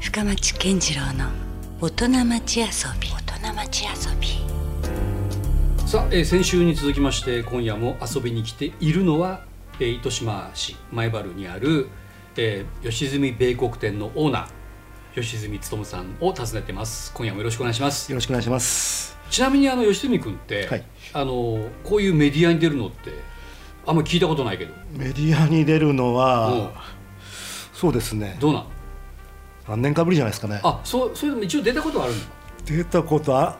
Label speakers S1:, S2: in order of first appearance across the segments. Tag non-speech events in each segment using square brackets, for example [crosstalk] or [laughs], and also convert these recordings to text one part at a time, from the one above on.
S1: 深町健次郎の大人町遊び大人町遊び
S2: さあ、えー先週に続きまして今夜も遊びに来ているのは、えー糸島市前原にある、えー吉住米国店のオーナー吉住勉さんを訪ねてます今夜もよろしくお願いします
S3: よろしくお願いします。
S2: ちなみにあの吉住君って、
S3: はい
S2: あのこういうメディアに出るのってあんま聞いたことないけど
S3: メディアに出るの
S2: うん
S3: は、そうですね。
S2: どうなん
S3: 何年かぶりじゃないですかね。
S2: あそうそれでも一応出たことはあるの
S3: 出たことあ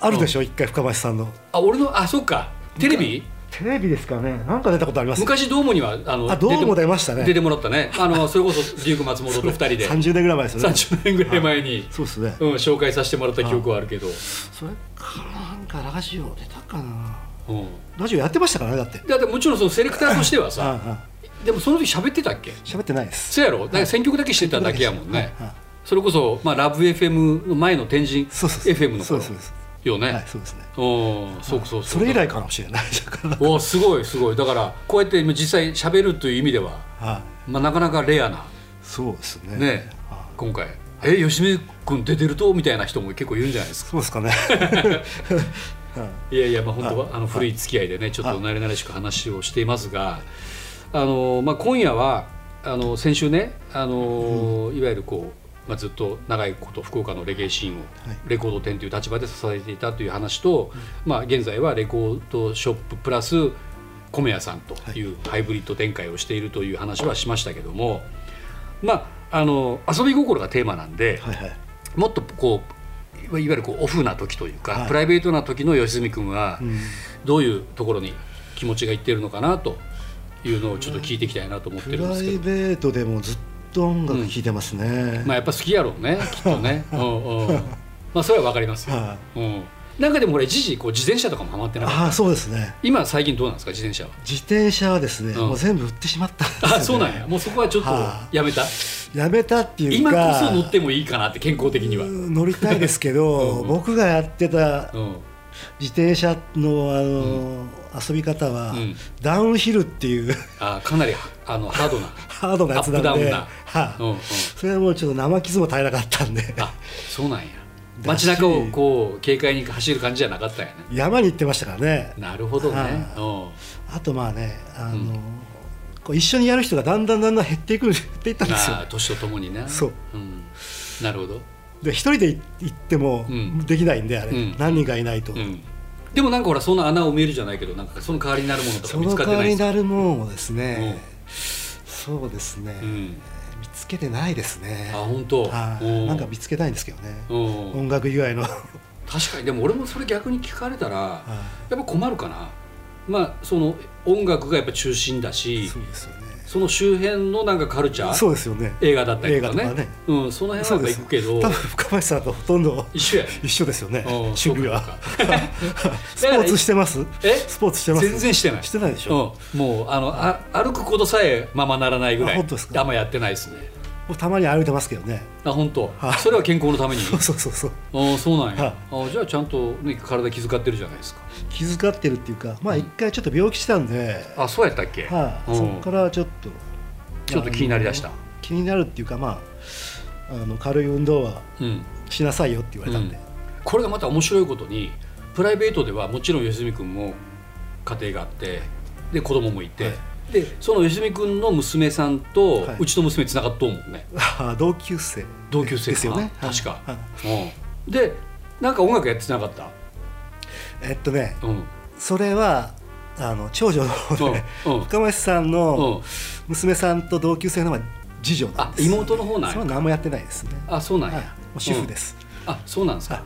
S3: あるでしょ、一回深町さんの。
S2: あ俺のあそっかテレビ
S3: テレビですかね。なんか出たことあります。
S2: 昔ドームにはあの
S3: あドーム
S2: て
S3: 出ましたね
S2: 出てもらったねあのそれこそリューク松本と二人で
S3: [laughs] 三十年ぐらい前ですよね。
S2: 30年ぐらい前に、
S3: そうですね。
S2: うん、紹介させてもらった記憶はあるけど、
S3: それからなんかラジオ出たかな。
S2: うん、
S3: ラジオやってましたからねだって。
S2: だってもちろんそのセレクターとしては
S3: ああ
S2: さ
S3: ああ
S2: でもその時喋ってたっけ
S3: 喋ってないです。
S2: そうやろだから選曲だけしてただけやもんね、
S3: はいはい
S2: それこそ、まあ、ラブ f m の前の天神
S3: そうそうそう。
S2: FM の
S3: そう
S2: 頃
S3: ですそう
S2: よね、
S3: です。はいそうですね。
S2: うんそうそうそう
S3: それ以来かもしれない。だから
S2: おすごいすごいだからこうやって今実際喋るという意味では、
S3: はい。
S2: まあ、なかなかレアな
S3: そうですね。
S2: ね
S3: はい
S2: 今回「え吉見君出てると?」みたいな人も結構いるんじゃないですか
S3: そうですかね。 [laughs] はい
S2: いやいや、まあ、本当は
S3: はい
S2: あの古い付き合いでね、ちょっと慣れ慣れしく話をしていますが、あのまあ、今夜はあの先週ねあの、いわゆるこう、まあ、ずっと長いこと福岡のレゲエシーンを
S3: はい
S2: レコード店という立場で支えていたという話と、まあ、現在はレコードショッププラス米屋さんというハイブリッド展開をしているという話はしましたけども、まあ、あの遊び心がテーマなんで。
S3: はいはい。
S2: もっとこういわいわゆるこうオフな時というか、
S3: はい
S2: プライベートな時の良純君は
S3: うん
S2: どういうところに気持ちがいってるのかなというのをちょっと聞いていきたいなと思って
S3: プ
S2: るんで
S3: ラ
S2: すけ
S3: イ
S2: ど、
S3: ベートでもずっと音楽聴いてますね、
S2: まあ、やっぱ好きやろうねきっと
S3: [laughs]
S2: ね。うんうんまあそれはわかりますよ、
S3: は
S2: うん、なんかでもこれ一時こう自転車とかもハマってなかった
S3: ああそうですね
S2: 今最近どうなんですか自転車は
S3: 自転車はですね、
S2: うん
S3: もう全部売ってしまったんですよね
S2: あそうなんやもうそこはちょっと
S3: は
S2: やめた、
S3: やめたっていう
S2: 今
S3: か
S2: こそ乗ってもいいかなって健康的には、うん
S3: 乗りたいですけど
S2: [laughs] うん
S3: 僕がやってた
S2: うん、
S3: 自転車のあの、遊び方は、
S2: うん
S3: ダウンヒルっていう
S2: あかなりはあのハードな
S3: [laughs] ハードなやつなん
S2: アップダウン
S3: で、
S2: な
S3: はい
S2: うんうん
S3: それはもうちょっと生傷も耐えなかったんで
S2: あそうなんや
S3: だし
S2: 街中をこう軽快に走る感じじゃなかったんやね
S3: 山に行ってましたからね
S2: なるほどね、
S3: はいあとまあねあの、こう一緒にやる人がだんだんだんだん減っていく減っていった
S2: うんん
S3: ですよ
S2: なあ年とともにね
S3: そう、
S2: ん、なるほど、
S3: で一人で行っても
S2: うん
S3: できないんであれ、
S2: うん
S3: 何人かいないと、
S2: うん、でもなんかほらそんな穴を埋めるじゃないけどなんかその代わりになるものとか
S3: そ
S2: 見
S3: の
S2: つかっ
S3: 代
S2: て
S3: わ
S2: ないで
S3: りに
S2: すか
S3: なるもんをですね、そうですね、
S2: うんうん、
S3: 見つけてないですね
S2: あ本当
S3: はい
S2: うん
S3: なんか見つけたいんですけどね、
S2: うん
S3: 音楽以
S2: [laughs]
S3: 外の
S2: 確かにでも俺もそれ逆に聞かれたら
S3: あ
S2: やっぱ困るかなまあその音楽がやっぱ中心だし
S3: そうですよね
S2: その周辺のなんかカルチャー
S3: そうですよね
S2: 映画だったりとかね
S3: 映画とかね
S2: うん、その辺は
S3: そ
S2: や
S3: う
S2: っぱ
S3: です
S2: 行くけど
S3: 多分深町さんとほとんど
S2: 一緒やね
S3: 一緒ですよね
S2: うん
S3: 趣味は
S2: [laughs] そうかそうか
S3: スポーツしてます
S2: え
S3: スポーツしてます
S2: 全然してない
S3: してないでしょ、
S2: うん、もうあのあ歩くことさえままならないぐらい
S3: あ本当ですか
S2: あんまやってないですね
S3: もうたまに歩いてますけどね
S2: あ本当
S3: はい
S2: それは健康のために
S3: そうそうそうそう
S2: あそうなんや
S3: は
S2: あじゃあちゃんと、ね、体気遣ってるじゃないですか
S3: 気遣ってるっていうかまあ一回ちょっと病気したんで、
S2: あそうやったっけ、
S3: はい、
S2: うん
S3: そこからちょっと
S2: ちょっと気になりだした
S3: あの気になるっていうかまああの軽い運動は
S2: うん
S3: しなさいよって言われたんで、
S2: うんこれがまた面白いことにプライベートではもちろん良純君も家庭があってで子供もいて、
S3: はい
S2: でその良純君の娘さんと、
S3: はいう
S2: ちの娘つながっとうもんね
S3: あー [laughs] 同級生
S2: 同級生
S3: ですよねはい
S2: 確か、
S3: はい
S2: うん、でなんか音楽やってなかった
S3: えっとね
S2: うん
S3: それはあの長女の方で、
S2: うんうん
S3: 深町さん
S2: うん
S3: の娘さんと同級生のまあ次女なん
S2: あ
S3: です
S2: 妹の方なん
S3: それ
S2: や
S3: は何もやってないですね
S2: あそうなんや、
S3: はいもう主婦です、
S2: あそうなんです
S3: は
S2: か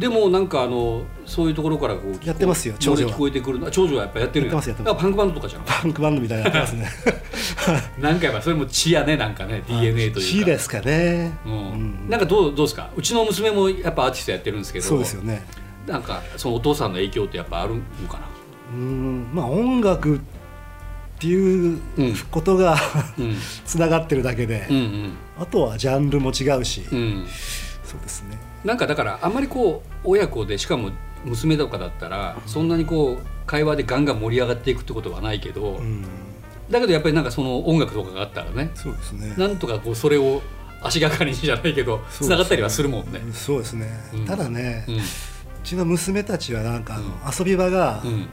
S2: でもなんかあのそういうところからこう聞こえ
S3: やってますよ長女は
S2: 聞こえてくるのあ長女はやっぱやってるん
S3: やってますやってま
S2: な
S3: す
S2: んかパンクバンドとかじゃん
S3: パンクバンドみたいなの
S2: [laughs]
S3: やってますね
S2: なんかやっぱそれも血やねなんかね DNA というか
S3: C ですかね、
S2: う、
S3: うんん
S2: なんかどうどうですかうちの娘もやっぱアーティストやってるんですけど
S3: そうですよね
S2: なんかそのお父さんの影響ってやっぱあるのかな
S3: うんまあ音楽っていう
S2: うん
S3: ことが、 [laughs]
S2: うん
S3: つながってるだけで、
S2: うん
S3: あとはジャンルも違うし、
S2: うんうん
S3: そうですね
S2: なんかだからあんまりこう親子でしかも娘とかだったらそんなにこう会話でガンガン盛り上がっていくってことはないけど、
S3: うん
S2: だけどやっぱりなんかその音楽とかがあったらね
S3: そうですね
S2: なんとかこうそれを足がかりにじゃないけど
S3: そう
S2: つながったりはするもんね。
S3: そうですね、
S2: うん
S3: ただね、
S2: う
S3: うんちの娘たちはなんかあの、遊び場が
S2: うん、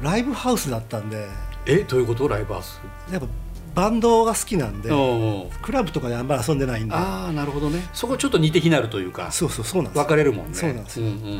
S3: ライブハウスだったんで
S2: えどういうことライブハウス、
S3: やっぱバンドが好きなんで
S2: おうおう
S3: クラブとかであんまり遊んでないんで
S2: ああなるほどねそこちょっと似て非なるというか
S3: そうそうそうなんです
S2: 分かれるもんね
S3: そうなんですよ
S2: んうん
S3: そうう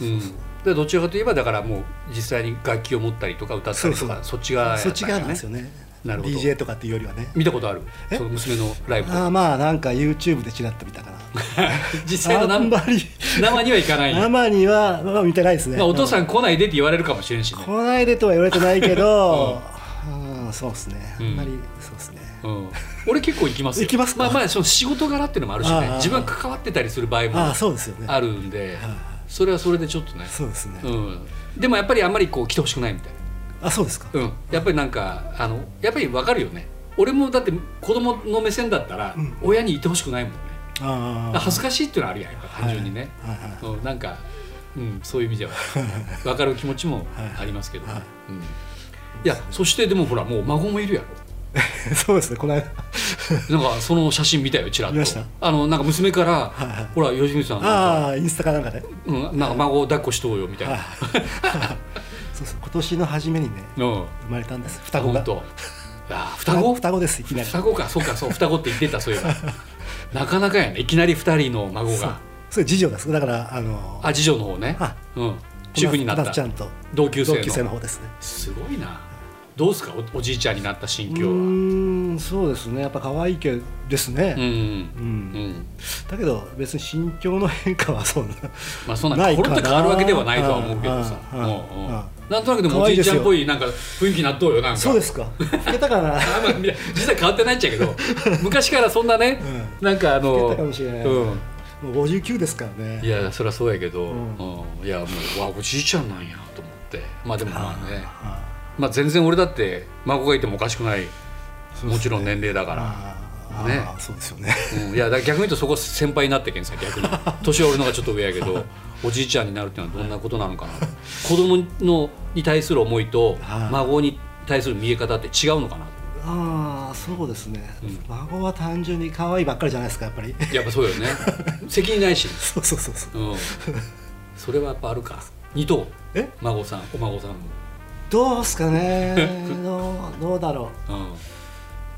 S3: そ
S2: ん
S3: うそう、
S2: でどちらかといえばだからもう実際に楽器を持ったりとか歌ったりとか
S3: そうそう
S2: そっち側や
S3: そ
S2: た
S3: っ
S2: ん
S3: ち
S2: や
S3: 側なんですよね
S2: なるほど
S3: DJ とかっていうよりはね
S2: 見たことある
S3: え
S2: その娘のライブと
S3: あ
S2: か
S3: あまあなんか YouTube でちらっと見たかな
S2: [laughs] 実際の
S3: あん
S2: 生
S3: まり
S2: 生にはいかない、
S3: 生には、まあ、見てないですね、
S2: まあ、お父
S3: ん
S2: さん来ないでって言われるかもしれんしね、
S3: 来ないでとは言われてないけど、うん、そうですねあ
S2: うん
S3: んまりそうですね、
S2: うん、俺結構行きますよ
S3: 行きますか
S2: まあまあその仕事柄っていうのもあるし
S3: あ
S2: ね
S3: あ
S2: 自分が関わってたりする場合
S3: あ
S2: も
S3: あそうですよね
S2: あるんで
S3: あ
S2: それはそれでちょっとね、
S3: そうですね、
S2: うん、でもやっぱりあんまりこう来てほしくないみたいな
S3: あそうですか、
S2: うん、やっぱりなんかあのやっぱりわかるよね俺もだって子供の目線だったら、
S3: うん
S2: 親にいてほしくないもんね
S3: ああ
S2: 恥ずかしいっていうのはあるやんやっぱ単純にね、
S3: はいはいはい
S2: うん、なんか、うん、そういう意味
S3: [laughs]
S2: ではわかる気持ちもありますけど、
S3: はいはい
S2: うん、いやそしてでもほらもう孫もいるやろ
S3: [laughs] そうですねこの間
S2: なんかその写真見たよちらっと
S3: 見ました
S2: あのなんか娘から「
S3: いはい
S2: ほら吉見さんなんか,、
S3: ああインスタかなんかで、ね、
S2: うん、なんか孫を抱っこしとうよ」みたいな、
S3: ああそうそう今年の初めにね
S2: うん
S3: 生まれたんです双
S2: あ
S3: 子が
S2: 本当あ双子
S3: 双子ですいきなり
S2: 双子かそうかそう双子って言ってたそういえ
S3: [laughs]
S2: ばなかなかやねいきなり2人の孫
S3: そう
S2: が
S3: それ次女ですだからあの
S2: あ次女の方ね
S3: あ
S2: うん主婦になっ
S3: 小
S2: た
S3: 夏ちゃんと
S2: 同級生
S3: 同
S2: の
S3: 級生の方ですね
S2: すごいなどうですかおおじいちゃんになった心
S3: う
S2: 境はうん
S3: ーんそうですねやっぱ可愛いけどですね、
S2: う
S3: うん
S2: ん、うん、
S3: だけど別に心境の変化はそ
S2: [laughs]
S3: んな
S2: まあそんなコロッと変わるわけではないとは思うけどさ
S3: う
S2: うんん
S3: うん
S2: うん
S3: うん
S2: なんとなくでも
S3: 可
S2: お
S3: 愛い
S2: じ
S3: で
S2: い
S3: す
S2: ち
S3: よ
S2: ゃんっぽいなんか雰囲気になっとうよなんか
S3: そうですか老けたかな
S2: あまあみんな実は変わってないっちゃけ
S3: [laughs]
S2: ど昔からそんなね、なんかあの
S3: 老けたかもしれない
S2: うん
S3: もう59ですからね
S2: いやそりゃそうやけど、
S3: うん
S2: うんいやもうわおじいちゃんなんやと思ってまあでもまあね
S3: あ
S2: まあ、全然俺だって孫がいてもおかしくない、もちろん年齢だから、
S3: あ
S2: ね
S3: ああそうですよ
S2: [laughs]
S3: ね
S2: うんいやだから逆に言うとそこ先輩になってけんさ逆に年は俺の方がちょっと上やけどおじいちゃんになるっていうのはどんなことなのかな子供のに対する思いと
S3: はい
S2: 孫に対する見え方って違うのかな
S3: ああそうですね、
S2: うん
S3: 孫は単純に可愛いばっかりじゃないですかやっぱり
S2: やっぱそうよね責任ないし、
S3: [laughs] そうそうそうそう
S2: うん、それはやっぱあるか二頭
S3: え
S2: 孫さんお孫さんも、
S3: どうっすか
S2: [laughs]
S3: ねどうどうだろう
S2: う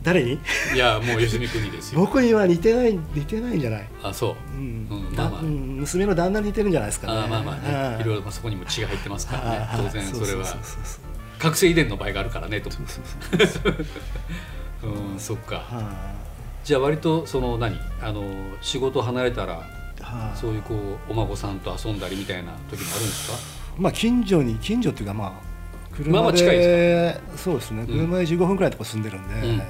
S3: 誰に
S2: ん、いやもう良純君にですよ
S3: 僕には似てない似てないんじゃない、
S2: あそう
S3: うん
S2: うんまあまあ
S3: だうん娘の旦那に似てるんじゃないですかね
S2: あーまあまあねいろい
S3: ろ
S2: ろまあそこにも血が入ってますからね当然それは
S3: そうそうそうそう
S2: 覚醒遺伝の場合があるからねと
S3: そうそうそう
S2: うんそっか
S3: は
S2: じゃあ割とその何あの仕事離れたら
S3: あはあ
S2: そういうこうお孫さんと遊んだりみたいな時もあるんですか
S3: まあ近所に近所っていうかまあ車で、
S2: まあまあ近い
S3: そうですね車で15分くらいのとこ住んでるんで、
S2: うんうん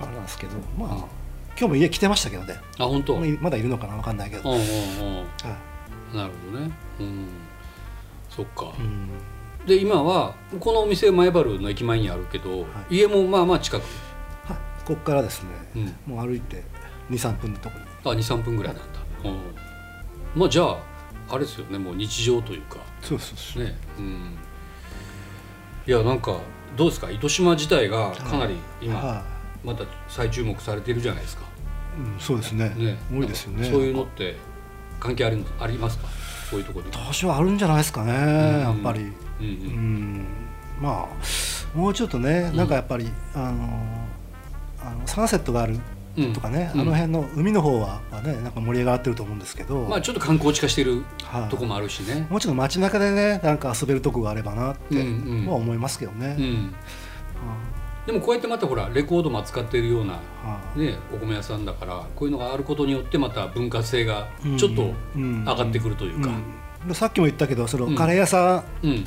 S3: あれなんですけどまあ今日も家来てましたけどね
S2: あ本当うん
S3: ま
S2: う
S3: あ
S2: ん
S3: まだいるのかなわかんないけど、はい
S2: うんなるほどねうんそっか
S3: うん
S2: で今はこのお店前原の駅前にあるけど
S3: は
S2: 家もまあまあ近く
S3: はいここからですね、
S2: うん
S3: もう歩いて23分のところに
S2: あ23分ぐらいなんだうんまあじゃああれですよねもう日常というか
S3: そうそうそう
S2: ねうん、いやなんかどうですか糸島自体がかなり今
S3: は
S2: また再注目されてるじゃないですか、
S3: いうん、そうですね
S2: ね、
S3: 多いですよね
S2: そういうのって関係ありありますかこういうところに、
S3: 年はあるんじゃないですかね、やっぱ
S2: う
S3: り
S2: んう
S3: うんんまあもうちょっとねなんかやっぱり、あのあのサンセットがある
S2: うん
S3: とかね、
S2: うん
S3: あの辺の海の方ははねなんか盛り上がってると思うんですけど、
S2: まあちょっと観光地化してる
S3: はい
S2: とこもあるしね、
S3: もうちょっと街中でねなんか遊べるとこがあればなって
S2: うんうん
S3: は思いますけどね、
S2: うん、でもこうやってまたほらレコードも扱ってるような、
S3: はい
S2: ね、お米屋さんだからこういうのがあることによってまた文化性が
S3: うん
S2: ちょっと
S3: うん
S2: 上がってくるというか、
S3: うんでさっきも言ったけどその
S2: うん
S3: カレー屋さ
S2: うん
S3: ん、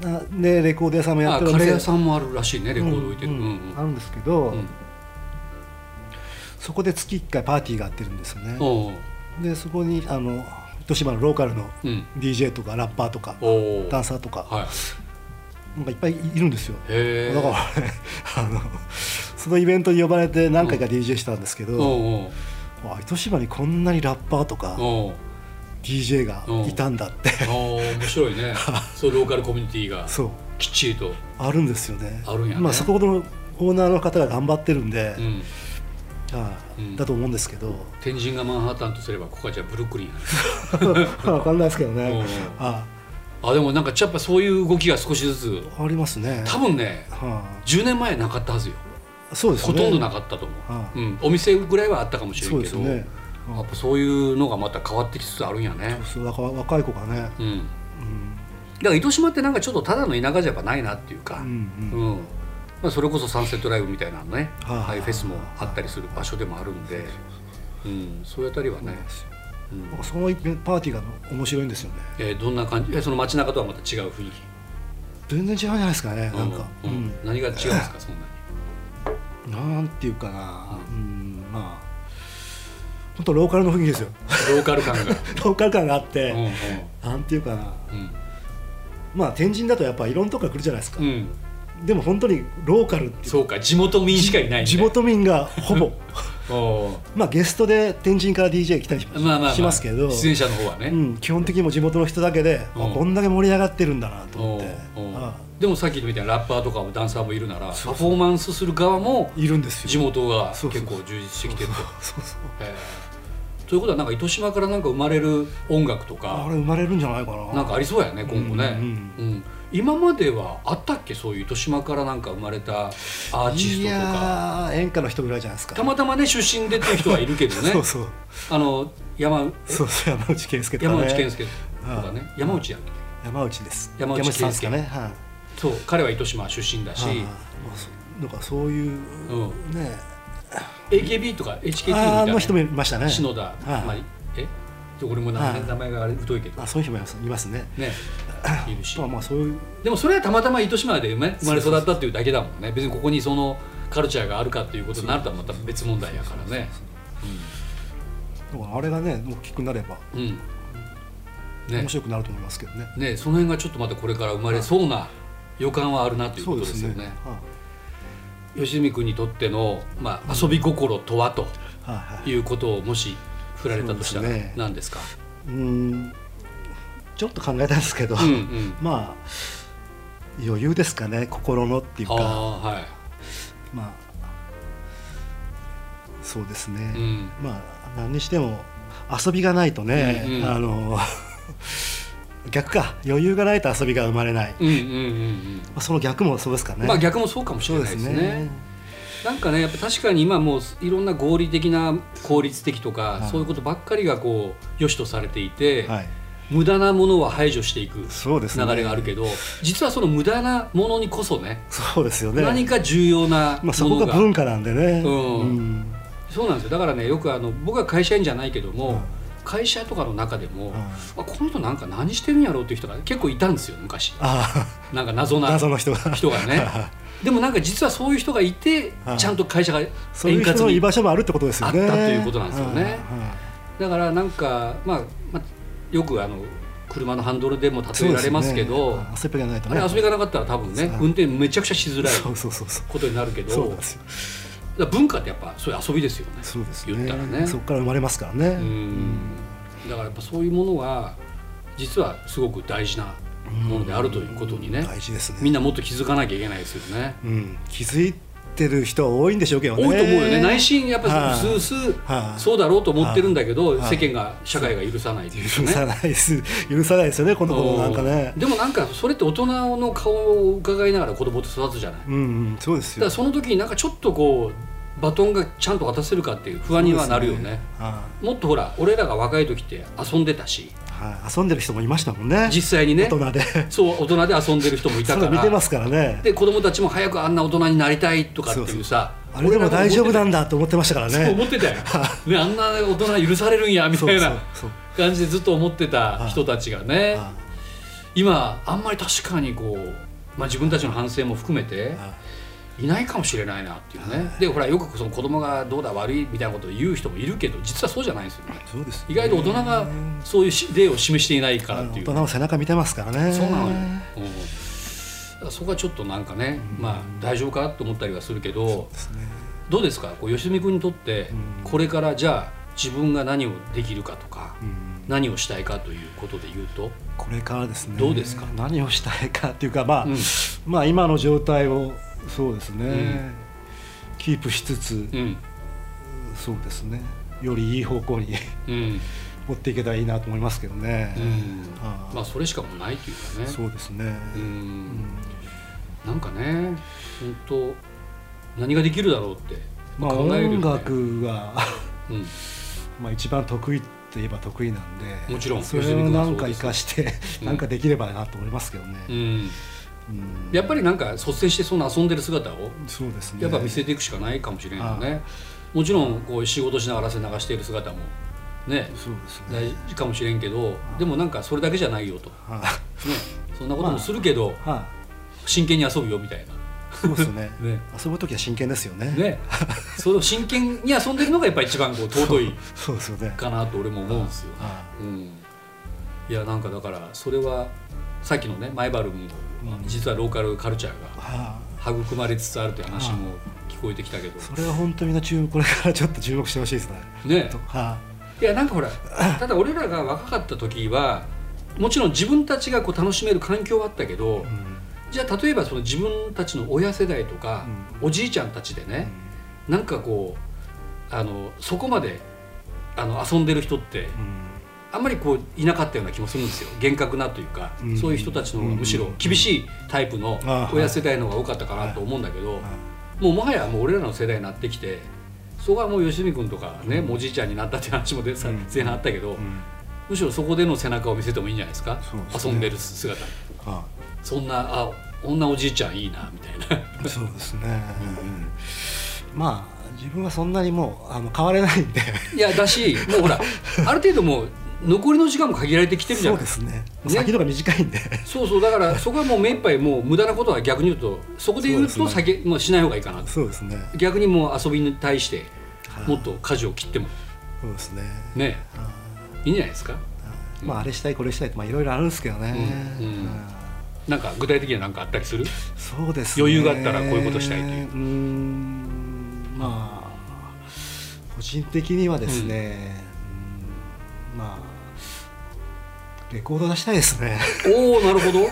S3: なねレコード屋さんもや
S2: あ
S3: ってるお
S2: カ
S3: 店
S2: レー屋さんもあるらしいねレコード置いてる、
S3: う
S2: う
S3: ん
S2: ん
S3: あるんですけど、
S2: うんうん
S3: そこで月1回パーティーがやってるんですよね、
S2: おう
S3: でそこにあの糸島のローカルの
S2: うん、
S3: DJ とかラッパーとか
S2: おー
S3: ダンサーとか
S2: はい
S3: なんかいっぱいいるんですよ、
S2: へえ
S3: だからねあのそのイベントに呼ばれて何回か DJ したんですけど、
S2: おう
S3: あ糸島にこんなにラッパーとか
S2: おうおう
S3: DJ がいたんだって、
S2: おー面白い
S3: [laughs]
S2: ねそういうローカルコミュニティが
S3: そう
S2: きっちりと、
S3: あるんですよね
S2: あるんやね
S3: まあ、そこのオーナーの方が頑張ってるんで、
S2: うん、
S3: は
S2: う
S3: い
S2: ん
S3: だと思うんですけど
S2: 天神がマンハッタンとすればここはじゃあブルックリンやね
S3: [laughs] わかんないですけどね、
S2: うん
S3: あ
S2: あでもなんかやっぱそういう動きが少しずつ
S3: ありますね
S2: 多分ね
S3: は
S2: 10年前なかったはずよ
S3: あ、そうです
S2: ほ
S3: ね
S2: とんどなかったと思う、
S3: はい
S2: うん、お店ぐらいはあったかもしれ
S3: そ
S2: ん
S3: う
S2: け
S3: です
S2: ど、
S3: ね、
S2: やっぱそういうのがまた変わってきつつあるんやね
S3: うん、そう若若い子がね、
S2: うん
S3: うん
S2: だから糸島ってなんかちょっとただの田舎じゃやっぱないなっていうか、
S3: う
S2: うん
S3: んうん
S2: まあ、それこそサンセットライブみたいなのね
S3: はい
S2: ああいうフェスもあったりする場所でもあるんで、うん、そういうあたりはね、うん
S3: なんかその一辺パーティーが面白いんですよね
S2: えーどんな感じえその街中とはまた違う雰囲気
S3: 全然違うんじゃないですかねなんか、
S2: うんうん何が違うんです
S3: [laughs]
S2: かそんなに
S3: うんなんていうかな、うん、まあ本当ローカルの雰囲気ですよ [laughs]
S2: ローカル感が
S3: ローカル感があっ
S2: うんうん
S3: て、なんていうかな
S2: うん
S3: まあ天神だとやっぱいろんなとこから来るじゃないですか、
S2: うん、
S3: でも本当にローカルっていう
S2: そうか地元民しかいないんだ
S3: 地元民がほぼ
S2: おー
S3: [laughs] まあゲストで天神から DJ 来たりし,、
S2: まあまあ、まあ、
S3: しますけど、
S2: 出演者の方はね、
S3: うん、基本的にもう地元の人だけで、
S2: うん
S3: あこんだけ盛り上がってるんだなと思
S2: お
S3: っ
S2: う
S3: て、
S2: おう
S3: あ
S2: でもさっきのみたいなラッパーとかもダンサーもいるならパフ
S3: そうそう
S2: ォーマンスする側も
S3: いるんですよ
S2: 地元が
S3: そうそう
S2: 結構充実してきてると。
S3: そうそう
S2: えーということはなんか糸島からなんか生まれる音楽と
S3: あ
S2: か
S3: れ生まれるんじゃないかな
S2: なんかありそうやね今後ね、
S3: う
S2: うんん今まではあったっけそういう糸島からなんか生まれたアーティス
S3: い
S2: トとか
S3: やー演歌の人ぐらいじゃないですか
S2: たまたまね出身でっていう人はいるけどね
S3: [laughs] そうそう
S2: あの山え
S3: そうそう山内健介とか、ね、
S2: 山内健介とかね山内やんけ
S3: 山内です
S2: 山内
S3: さんですかねはい、
S2: そう彼は糸島出身だし
S3: はいまあそなんかそういう、
S2: うん
S3: ね
S2: AKB とか HKT みたい
S3: あーあ
S2: な
S3: の人もいましたね
S2: 篠田、
S3: はい
S2: まあ、え俺も名前,、
S3: はい
S2: 名前があれ疎いけど
S3: あそういう人もいますいますね
S2: ねいるし
S3: まあまあそういう
S2: でもそれはたまたま糸島でね生まれ育ったっていうだけだもんね別にここにそのカルチャーがあるかっていうことになるとはまた別問題やからね
S3: だからあれがねもうきっくなれば
S2: うんね
S3: 面白くなると思いますけどね
S2: ねその辺がちょっとまたこれから生まれそうな予感はあるなという
S3: そ
S2: こ
S3: う
S2: と
S3: で
S2: です
S3: す
S2: よ
S3: ね
S2: ね
S3: は
S2: 吉住君にとっての、まあ、遊び心とはと
S3: いはいはい
S2: いうことをもし振られたとしたら
S3: そうですね
S2: 何ですか
S3: うーんちょっと考えたんですけど、
S2: うんうん
S3: まあ余裕ですかね心のっていう
S2: あ
S3: か
S2: あはい
S3: まあそうですね、
S2: うん
S3: まあ何にしても遊びがないとね、
S2: うんうん
S3: あの [laughs] 逆か余裕がないと遊びが生まれない、ま
S2: うんうんうん
S3: あ、その逆もそうですか
S2: う
S3: ね、
S2: んまあ逆もそうかもし
S3: そ
S2: れ
S3: う
S2: な
S3: で
S2: い
S3: す
S2: です
S3: ね
S2: ねなんかねやっぱ確かに今もういろんな合理的な効率的とか、
S3: はい
S2: そういうことばっかりがこう良しとされていて、
S3: はい
S2: 無駄なものは排除していく流
S3: そうですね
S2: れがあるけど、実はその無駄なものにこそね
S3: そうですよね
S2: 何か重要なも
S3: まあ、そこ
S2: のが,、
S3: が文化なんでね、
S2: うん
S3: うん
S2: そうなんですよだからねよくあの僕は会社員じゃないけども、
S3: はい
S2: 会社とかの中でも、
S3: はい
S2: あこの人なんか何してるんやろうっていう人が結構いたんですよ昔
S3: あ
S2: なんか謎
S3: あ
S2: な
S3: 謎の人が
S2: 人が
S3: [laughs]
S2: ねでもなんか実はそういう人がいて、
S3: はい
S2: ちゃんと会社が円
S3: そういう人
S2: 滑
S3: の
S2: に
S3: 居場所もあるってことですよね
S2: あったということなんですよね
S3: はいはい
S2: だからなんか、まあ、まあよくあの車のハンドルでも例えられますけど
S3: そうですね、遊びがないと
S2: あ
S3: ね
S2: れ遊びがなかったら多分ね
S3: そう
S2: 運転めちゃくちゃしづらい
S3: そうそうそうそう
S2: ことになるけど
S3: そうなんですよ
S2: だから文化ってやっぱそういう遊びですよね
S3: そうです
S2: 言ったらね
S3: そこから生まれますからね、
S2: うんだからやっぱそういうものは実はすごく大事なものであるということにね、
S3: 大事ですね
S2: みんなもっと気づかなきゃいけないですよね。
S3: うん、気づいてる人は多いんでしょうけど
S2: 多
S3: ね
S2: いと思うよね内心やっ
S3: は
S2: ぱ
S3: い
S2: り薄
S3: は
S2: 々
S3: い
S2: そうだろうと思ってるんだけど
S3: はい
S2: 世間が社会が許さないというか
S3: 許
S2: ね
S3: さないです [laughs] 許さないですよねこの子もなんかね
S2: でもなんかそれって大人の顔を伺いながら子供と育つじゃないだ
S3: うん、うん、そうです
S2: か
S3: よ
S2: らその時になんかちょっとこうバトンがちゃんと渡せるかっていう不安にはなるよね
S3: は
S2: もっとほら俺らが若い時って遊んでたし
S3: い、はい、遊んでる人もいましたもんね
S2: 実際にね
S3: 大人で
S2: そう大人で遊んでる人もいた
S3: そ
S2: か
S3: れ見てま
S2: ら
S3: すからね
S2: で子供たちも早くあんな大人になりたいとかっていうさ
S3: あれでも大丈夫なん
S2: だ
S3: だと思ってましたから
S2: そう思
S3: ね
S2: ってたよ、ね、あんな大人許されるんやみたいな
S3: そうそうそう
S2: 感じでずっと思ってた人たちがね
S3: あ
S2: 今あんまり確かにこう、まあ、自分たちの反省も含めて
S3: あ
S2: いないかもしれないなっていうね、でほらよくその子供がどうだ悪いみたいなことを言う人もいるけど実はそうじゃないんですよね
S3: そうです
S2: 意外と大人がそういうし例を示していないからっ
S3: 大
S2: ていう
S3: 人の背中見てますからね
S2: そうなのよ、うん、だからそこはちょっとなんかね、まあ大丈夫かと思ったりはするけど
S3: ですね
S2: どうですかこう吉見君にとって
S3: うん
S2: これからじゃあ自分が何をできるかとか
S3: うん
S2: 何をしたいかということで言うと、
S3: これからですね
S2: どうですか
S3: 何をしたいかっていうかまあ、
S2: うん
S3: まあ今の状態をそうですね、
S2: うん
S3: キープしつつ、
S2: うん
S3: そうですねよりいい方向
S2: [laughs]
S3: に
S2: うん
S3: 持っていけたらいいなと思いますけどね
S2: う、ん
S3: あー
S2: まあそれしかもうないというかね
S3: そうですね、
S2: う
S3: うんん
S2: なんかね本当何ができるだろうって
S3: まあ、
S2: 考えるよね
S3: 音楽が [laughs]
S2: うん
S3: まあ一番得意といえば得意なんで
S2: もちろん
S3: それをなんか
S2: 良純君
S3: 生か
S2: は
S3: して
S2: うん
S3: なんかできればなと思いますけどね、
S2: うん
S3: うん
S2: やっぱりなんか率先してその遊んでる姿を
S3: そうですね
S2: やっぱ見せていくしかないかもしれないよねもちろんこう仕事しながら汗流している姿もね
S3: そうですね
S2: 大事かもしれんけどでもなんかそれだけじゃないよと、ね、
S3: はい、
S2: そんなこともするけど、
S3: は
S2: 真剣に遊ぶよみたいない
S3: そうですね
S2: ね
S3: 遊ぶ時は真剣ですよね [laughs]
S2: ねそれを真剣に遊んでるのがやっぱり一番こう尊い
S3: そうですよね
S2: かなと俺も思うんですよ、
S3: は
S2: うん、いやなんかだからそれはさっきのねマイバルムも
S3: うん
S2: 実はローカルカルチャーが
S3: いは
S2: 育まれつつあるという話も聞こえてきたけど
S3: いそれは本当みんな注目これからちょっと注目してほしいですね
S2: ね
S3: とはい
S2: やなんかほらただ俺らが若かった時はもちろん自分たちがこう楽しめる環境はあったけど、
S3: いうん
S2: じゃあ例えばその自分たちの親世代とか、おじいちゃんたちでね、なんかこうあのそこまであの遊んでる人って
S3: うん
S2: あんまりこういなかったような気もするんですよ厳格なというか、
S3: うん
S2: そういう人たちの方がむしろ
S3: うん
S2: 厳しいタイプの
S3: あー
S2: 親世代の方が多かったか
S3: は
S2: ないと思うんだけど、
S3: はい
S2: もうもはやもう俺らの世代になってきてそこはもう吉住君とかね、もうおじいちゃんになったって話も出さ、
S3: うん
S2: 前半あったけど、
S3: うん
S2: むしろそこでの背中を見せてもいいんじゃないですか
S3: そうですね
S2: 遊んでる姿
S3: は
S2: そんなあ女おじいちゃんいいなみたいな
S3: いそうですねまあ自分はそんなにもうあの変われないんで
S2: いやだしもうほらある程度もう残りの時間も限られてきてるじゃ
S3: そ
S2: な
S3: う
S2: い
S3: ですね
S2: ね
S3: 先のが短いんで
S2: そうそうだからそこはもう目いっぱいもう無駄なことは逆に言うとそこで言うと
S3: そうですね
S2: 避けもうしない方がいいかなと
S3: そうですね
S2: 逆にもう遊びに対して
S3: はい
S2: もっと舵を切っても
S3: そうですね
S2: ね
S3: はい
S2: いんじゃないですか
S3: はいまああれしたいこれしたいってまあいろいろあるんですけどね
S2: うんうん
S3: はい
S2: なんか具体的には何かあったりする
S3: そうです、ね、
S2: 余裕があったらこういうことしたいという
S3: うーんまあ個人的にはですね、うーんまあレコード出したいで
S2: [laughs]
S3: すね
S2: おおなるほど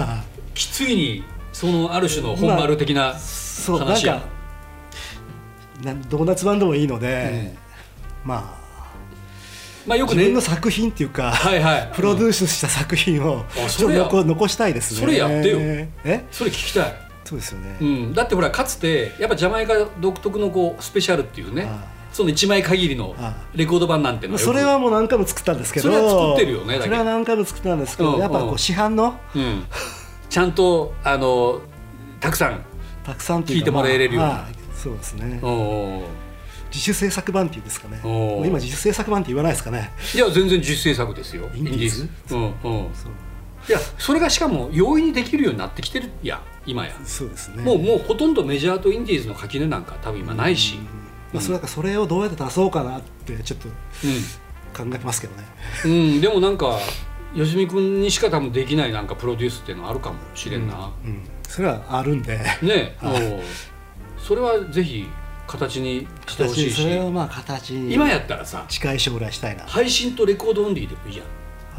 S3: は
S2: きついにそのある種の本丸的な、
S3: いそうなん
S2: 話や
S3: かなんドーナツバンドもいいので、まあ
S2: まあよく
S3: 自
S2: ね
S3: 分の作品っていうか、
S2: はいはい
S3: プロデュースした作品を
S2: あ
S3: ちょ
S2: そ
S3: っと
S2: れや
S3: 残残したいですね
S2: それやってよ
S3: え
S2: それ聞きたい、
S3: そうですよね、
S2: うん、だってほらかつてやっぱジャマイカ独特のこうスペシャルっていうね
S3: あ
S2: その1枚限りの
S3: あ
S2: レコード版なんての
S3: まあ
S2: はよく
S3: それはもう何回も作ったんですけ
S2: そ
S3: ど
S2: れは作ってるよねだけど
S3: それは何回も作ったんですけど、
S2: うん
S3: やっぱこ
S2: うん
S3: う市販の
S2: うん、ちゃんとあのたくさん
S3: たくさんとうか
S2: 聞いてもらえれるような
S3: まあそうですね
S2: おー
S3: 自主制作版っていうんですかね
S2: お
S3: もう今自主制作版って言わないですかね
S2: いや全然自主制作ですよ
S3: インディーズ
S2: インディーズうんうん
S3: そう
S2: いやそれがしかも容易にできるようになってきてるやん今や
S3: そうですね
S2: もうもうほとんどメジャーとインディーズの垣根なんか多分今ないし、
S3: まあ、それなんかそれをどうやって出そうかなってちょっと考えてますけどね
S2: うんうん、でもなんか吉見君にしか多分できないなんかプロデュースっていうのはあるかもしれんな、
S3: うんそれはあるんで
S2: ね
S3: はい
S2: おうそれはぜひ形にしてほしい
S3: 形そ
S2: し
S3: れをまあ形に
S2: 今やったらさ
S3: 近い将来したいな、
S2: 配信とレコードオンリーでもいいじゃん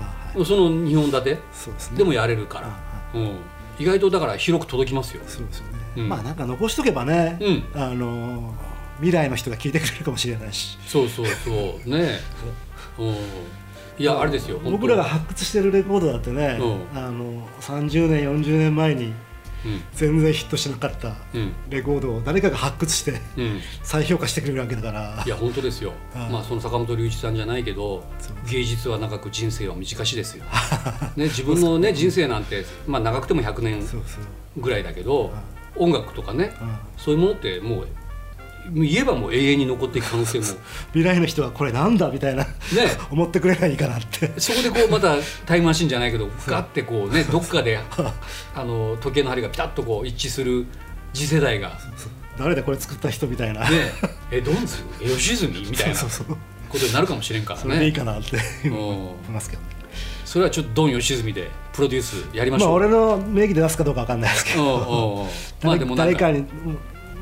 S3: はいはい
S2: その2本立て
S3: そうですね
S2: でもやれるから、うん、意外とだから広く届きますよ
S3: そうですよね、
S2: うん
S3: まあなんか残しとけばね、
S2: うん
S3: あのー未来の人が聞いてくれるかもしれないし
S2: そうそうそうねえ、うん、いやあれですよ本当
S3: 僕らが発掘してるレコードだってね、
S2: うん
S3: あの30年40年前に
S2: う
S3: 全然ヒットしなかった
S2: んうん
S3: レコードを誰かが発掘して
S2: うん
S3: 再評価してくれるわけだから
S2: いや本当ですよ、
S3: うん
S2: まあその坂本龍一さんじゃないけど芸術は長く人生は短しですよ、ね、自分のね人生なんて、まあ、長くても100年
S3: [laughs] そうそう、
S2: ぐらいだけど音楽とかね
S3: うん
S2: そういうものってもう言えばもう永遠に残っていく可能性もね
S3: 未来の人はこれなんだみたいな [laughs] 思ってくれないかなって
S2: そこでこうまたタイムマシンじゃないけどガッてこう
S3: [laughs]
S2: ねどっかであの時計の針がピタッとこう一致する次世代が
S3: そう誰だこれ作った人みたいな、 [laughs]
S2: ねえどんずえ吉住みたいな
S3: そうそうそう
S2: ことになるかもしれんから
S3: それでいい
S2: ね
S3: かなって
S2: う
S3: 思
S2: ん
S3: いますけどね
S2: それはちょっとドン吉住でプロデュースやりまし
S3: まあ
S2: ょう
S3: 俺の名義で出すかどうかわかんないです
S2: う
S3: け
S2: ん
S3: ど、
S2: うんうんまあ
S3: [laughs] 誰
S2: でもなん
S3: 誰
S2: か
S3: かに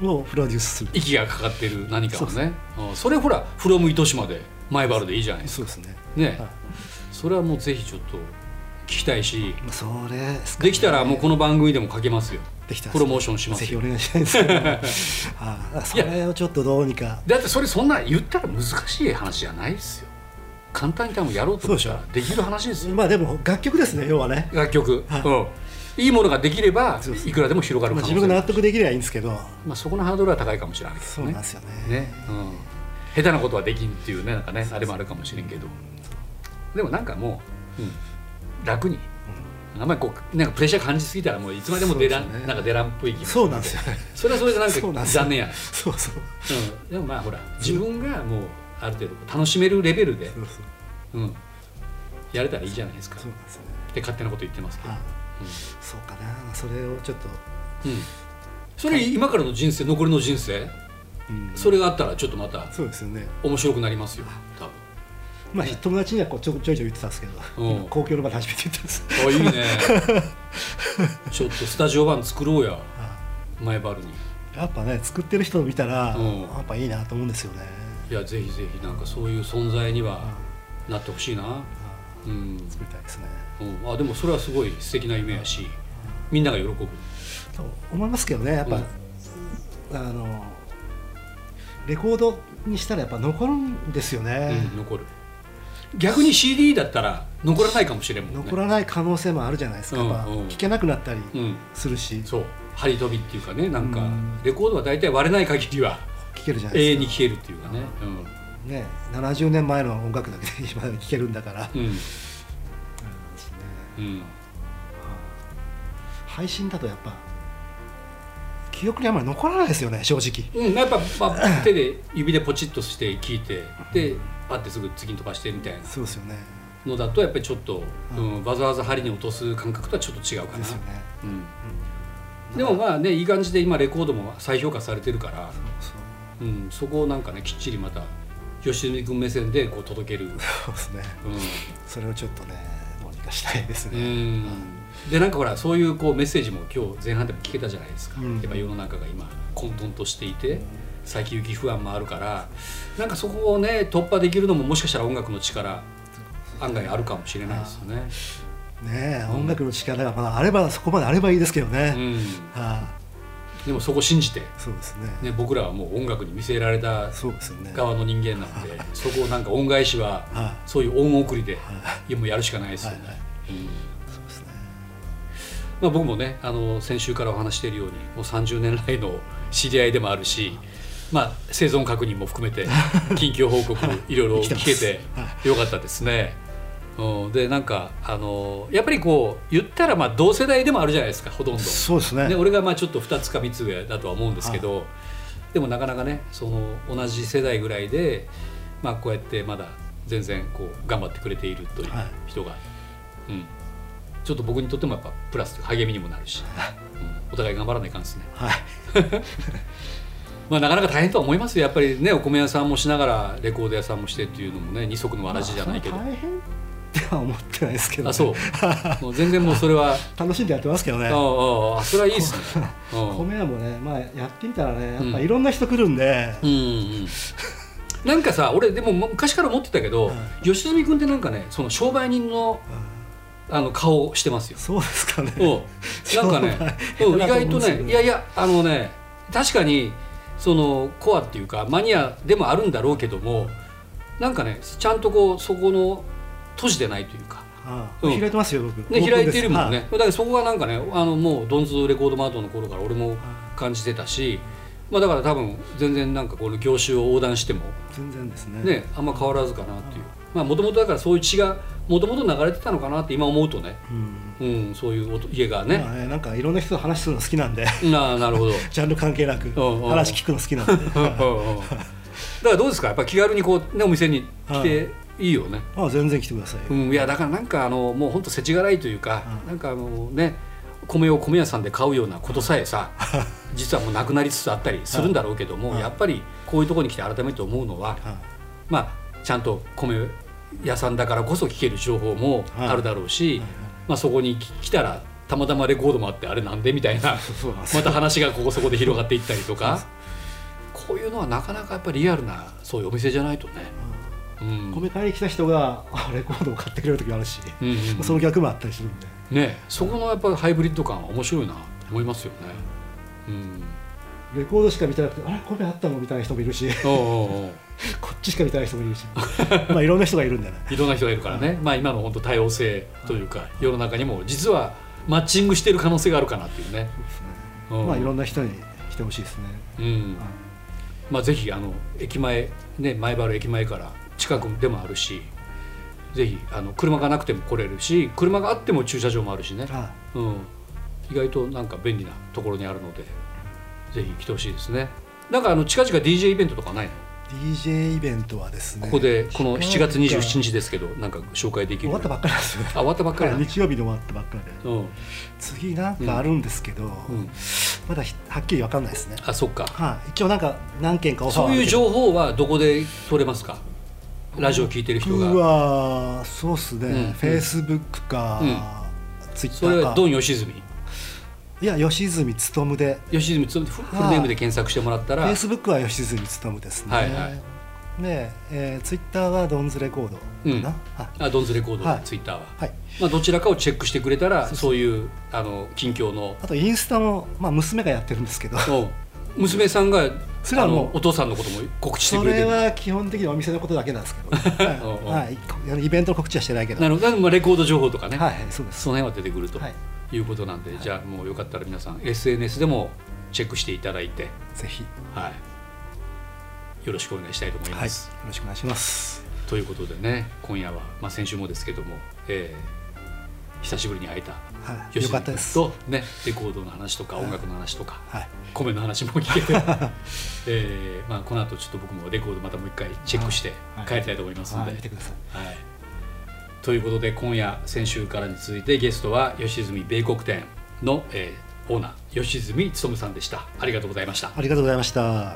S3: もうプロデュースする
S2: 息がかかってる何かをねうんそれほら「フロム糸島」で前原でいいじゃないですか
S3: そうですね
S2: ね
S3: はい
S2: それはもうぜひちょっと聞きたいし
S3: まあそれですかね
S2: できたらもうこの番組でもかけますよ
S3: できたら
S2: プロモーションしま
S3: ぜ
S2: す
S3: ひ
S2: よ
S3: お願いしたいんですけどあそれをちょっとどうにか
S2: だってそれそんな言ったら難しい話じゃないですよ簡単に多分やろうと思ったら
S3: そう
S2: できる話ですよ
S3: まあでも楽曲ですね要はね、
S2: 楽曲、うん、いいものができれば
S3: そうです
S2: いくらでも広が
S3: まあ、
S2: る可能性
S3: 自分
S2: が
S3: が
S2: あ
S3: 納
S2: る
S3: 得できればいいんですけど
S2: まあ、そこのハードルは高いかもしれないけどね
S3: そうなんですよね
S2: ね、うん、下手なことはできんっていうねなんかねあれもあるかもしれんけどでもなんかもう、うん楽に、あんまりこうなんかプレッシャー感じすぎたらもういつまでも出ら、
S3: そうんですね
S2: なんか出らんっぽい気も
S3: そうなんですよね
S2: それはそれでなん
S3: そうなん
S2: か
S3: ですよ
S2: 残念やね
S3: そうそう
S2: うん、でもまあほら自分がもうある程度楽しめるレベルで、
S3: そうそう
S2: うん、やれたらいいじゃないですか
S3: そうなんですよね
S2: って勝手なこと言ってますけど、
S3: あそうかなそれをちょっと、
S2: うんうんそれ今からの人生残りの人生
S3: うん
S2: それがあったらちょっとまた
S3: そうですよね
S2: 面白くなりますよ多分
S3: まあ
S2: ね
S3: 友達にはこうちょちょいちょい言ってたんですけど
S2: うん
S3: 今公共の場で初めて言ったんです
S2: あいい
S3: [laughs]
S2: ねちょっとスタジオ版作ろうや
S3: あ
S2: 前バルに
S3: やっぱね作ってる人を見たら、
S2: うん
S3: やっぱいいなと思うんですよね
S2: いやぜひぜひなんかそういう存在にはなってほしいな
S3: あ
S2: うん、
S3: 作りたいですね
S2: うん、あでもそれはすごい素敵な夢やしみんなが喜ぶ
S3: と思いますけどねやっぱ、
S2: うん
S3: あのレコードにしたらやっぱ残るんですよね
S2: うん、、残る逆に CD だったら残らないかもしれんもんね
S3: 残らない可能性もあるじゃないですか、
S2: うん
S3: やっぱ
S2: うん
S3: 聞けなくなったり
S2: うん
S3: するし、
S2: そう張り飛びっていうかねなんか
S3: うん
S2: レコードは大体割れない限りは
S3: 聞けるじゃない
S2: 永
S3: で
S2: 遠に
S3: す
S2: 聴けるっていうかね
S3: か、ね、70年前の音楽だけで今聞けるんだから、
S2: うん
S3: ね
S2: うん、うん、
S3: 配信だとやっぱ記憶にあんまり残らないですよね正直
S2: うん、やっぱ、ま
S3: [laughs]
S2: あ、手で指でポチッとして聞いてでパッてすぐ次に飛ばしてみたいな
S3: そうですよね
S2: のだとやっぱりちょっと、
S3: う
S2: うんんわざわざ針に落とす感覚とはちょっと違うか
S3: で
S2: な
S3: すよね
S2: うんでもまあねいい感じで今レコードも再評価されてるから、
S3: そ
S2: うん、そこをなんかねきっちりまた吉住君目線でこう届け
S3: [laughs]
S2: る、
S3: うですね
S2: う
S3: それをちょっとねどうにかしたいです
S2: んう
S3: ね、
S2: ん、でなんかほらそういうこうメッセージも今日前半でも聞けたじゃないですか、
S3: うん
S2: やっぱ世の中が今混沌としていて先行き不安もあるからなんかそこをね突破できるのももしかしたら音楽の力案外あるかもしれないですよね。
S3: ねえ音楽の力がまだあればそこまであればいいですけどね、
S2: うん、
S3: は
S2: でもそこ信じて
S3: いそうですね
S2: ね、僕らはもう音楽に見せられた
S3: そうですよね
S2: 側の人間なんで、そこをなんか恩返しは、
S3: は
S2: そういう恩送りで、
S3: はい
S2: やもうやるしかないですよね。
S3: はいはい
S2: うん
S3: そうですね
S2: まあ、僕もねあの先週からお話ししているようにもう30年来の知り合いでもあるし、まあ、生存確認も含め
S3: [laughs]
S2: て緊急報告いろいろ
S3: 生
S2: 聞
S3: き
S2: け
S3: て
S2: て
S3: ま
S2: よかったですね。うん、でなんかあのやっぱりこう言ったらまあ同世代でもあるじゃないですかほとんど。
S3: そうですね
S2: ね、俺がまあちょっと2つか3つ上だとは思うんですけど、でもなかなかねその同じ世代ぐらいで、まあ、こうやってまだ全然こう頑張ってくれているという
S3: はい
S2: 人が、うん、ちょっと僕にとってもやっぱプラスというか励みにもなるし、うんお互い頑張らないかんですね、
S3: はい
S2: まあ、なかなか大変とは思いますよやっぱりねお米屋さんもしながらレコード屋さんもしてっていうのもね二足のわらじじゃないけど
S3: まあそんな大変っては思ってないですけど、ね、
S2: あそうもう全然もうそれ
S3: [laughs]
S2: は
S3: 楽しんでやってますけどね
S2: あああそれはいいです
S3: [laughs]
S2: ね。うん
S3: 米屋もね、まあ、やってみたらねやっぱ
S2: うん
S3: いろんな人来るんで、
S2: うんうん、なんかさ俺でも昔から思ってたけど、
S3: うん
S2: 吉住君ってなんかねその商売人のあの顔をしてますよ。
S3: そうですかね
S2: うんなんか
S3: [laughs]
S2: ね、
S3: 商売
S2: うん意外と
S3: だと思うんですけど
S2: ねいやいやあのね確かにそのコアっていうかマニアでもあるんだろうけどもなんかねちゃんとこうそこの閉じてないというか。
S3: ああ
S2: うん
S3: 開いてますよ僕
S2: ね、
S3: オープンです
S2: 開いてるもん
S3: は
S2: ねだからそこがなんかねあのもうドンズレコードマートの頃から俺も感じてたし、まあ、だから多分全然なんかこの業種を横断しても
S3: い全然ですね
S2: ね、あんま変わらずかなっていうまあもともとだからそういう血がもともと流れてたのかなって今思うとね、
S3: うん
S2: うん、そういう音家が
S3: ま
S2: ね、
S3: あねなんかいろんな人と話するの好きなんで [laughs]
S2: なあな [laughs] るほど
S3: ジャンル関係なく
S2: んうん
S3: 話聞くの好きなんで
S2: [laughs] うんうんうんだからどうですかやっぱ気軽にこう、ね、お店に来ていいよね、
S3: ああ全然来てくださいよ
S2: うん、いやだからなんかあのもうほんと世知辛いというか、なんかあのね米を米屋さんで買うようなことさえさ実はもうなくなりつつあったりするんだろうけども、
S3: うん
S2: やっぱりこういうところに来て改めて思うのは、
S3: は
S2: まあ、ちゃんと米屋さんだからこそ聞ける情報も
S3: はい
S2: あるだろうし、
S3: はい
S2: まあ、そこに来たらたまたまレコードもあってあれなんでみたいな
S3: いそうなんです
S2: ま
S3: よ
S2: た話がここそこで広がっていったりとかこういうのはなかなかやっぱりリアルなそういうお店じゃないとね、
S3: う
S2: うん
S3: 米買いに来た人があレコードを買ってくれる時もあるし、
S2: うんうんうん
S3: その逆もあったりするんで
S2: ねそこのやっぱりハイブリッド感は面白いなと思いますよね。うん、
S3: レコードしか見てなくてあれ米あったのみたいな人もいるし [laughs]
S2: おうおうおう
S3: こっちしか見てない人も
S2: [laughs]
S3: いるしまあいろんな人がいるんでね
S2: いろんな人がいるからね、まあ、今の本当多様性というか世の中にも実はマッチングしてる可能性があるかなっていうね。うん
S3: まあいろんな人に来てほしいですね、
S2: うんまあ、ぜひあの駅前、ね、前原駅前から近くでもあるしぜひあの車がなくても来れるし車があっても駐車場もあるしね、
S3: は
S2: うん、意外となんか便利なところにあるのでぜひ来てほしいですねなんかあの近々 DJ イベントとかないの
S3: い DJ イベントはですね
S2: ここでこの7月27
S3: 27
S2: 日ですけどなんか紹介できる
S3: 終わったばっかりなんですよ
S2: あ終わったばっかりなんだ
S3: 日曜日に終わったばっかりで
S2: うん
S3: 次なんかあるんですけど、
S2: うん、
S3: まだひはっきりわかんないですね、
S2: あそっか
S3: はい、一応なんか何件かオファー
S2: そう
S3: は
S2: いう
S3: 受けて
S2: 情報はどこで取れますかラジオ聞いてる人
S3: 僕
S2: が
S3: はそうっすね、
S2: うん
S3: フェイスブックか、ツイッタ
S2: それ
S3: ー
S2: は
S3: か
S2: ドン良純
S3: いや吉住勉で
S2: 吉住つフフルネームで検索してもらった
S3: フ
S2: ら、
S3: ェイスブックは吉住勉ですね、
S2: はいはい
S3: で、えー、ツイッターはドンズレコードか
S2: うん
S3: な、はい
S2: あドンズレコード、
S3: はい
S2: ツイッターは、
S3: はい、
S2: まあ、どちらかをチェックしてくれたらそういうあの近況の
S3: あとインスタも、まあ、娘がやってるんですけど
S2: うん娘さんが
S3: それはもう
S2: あのお父さんのことも告知して
S3: そ
S2: くれて
S3: れ
S2: る
S3: は基本的にお店のことだけなんですけ
S2: [laughs]
S3: ど、はい
S2: おうおう
S3: はいこイベントの告知はしてないけど
S2: なるほどまあレコード情報とかね、
S3: はいはいそうです
S2: その辺は出てくると
S3: はい
S2: いうことなんで、じゃあもうよかったら皆さん SNS でもチェックしていただいて、
S3: ぜひ、
S2: はい、よろしくお願いしたいと思い
S3: はい、
S2: ま
S3: よ
S2: す。
S3: ろしくお願いします
S2: ということでね今夜は、まあ、先週もですけども、えー久しぶりに会えた
S3: はい、
S2: 吉住
S3: よ
S2: 君
S3: かったですは
S2: と、ね、レコードの話とか音楽の話とか、
S3: い
S2: 米の話も聞
S3: [laughs]
S2: けて、えーまあ、この後ちょっと僕もレコードまたもう一回チェックして
S3: はい
S2: 帰りたいと思いますので。
S3: はい見てください
S2: はい、ということで今夜先週からに続いてゲストは吉住米国店の、えーオーナー吉住勉さんでしたありがとうございました
S3: ありがとうございました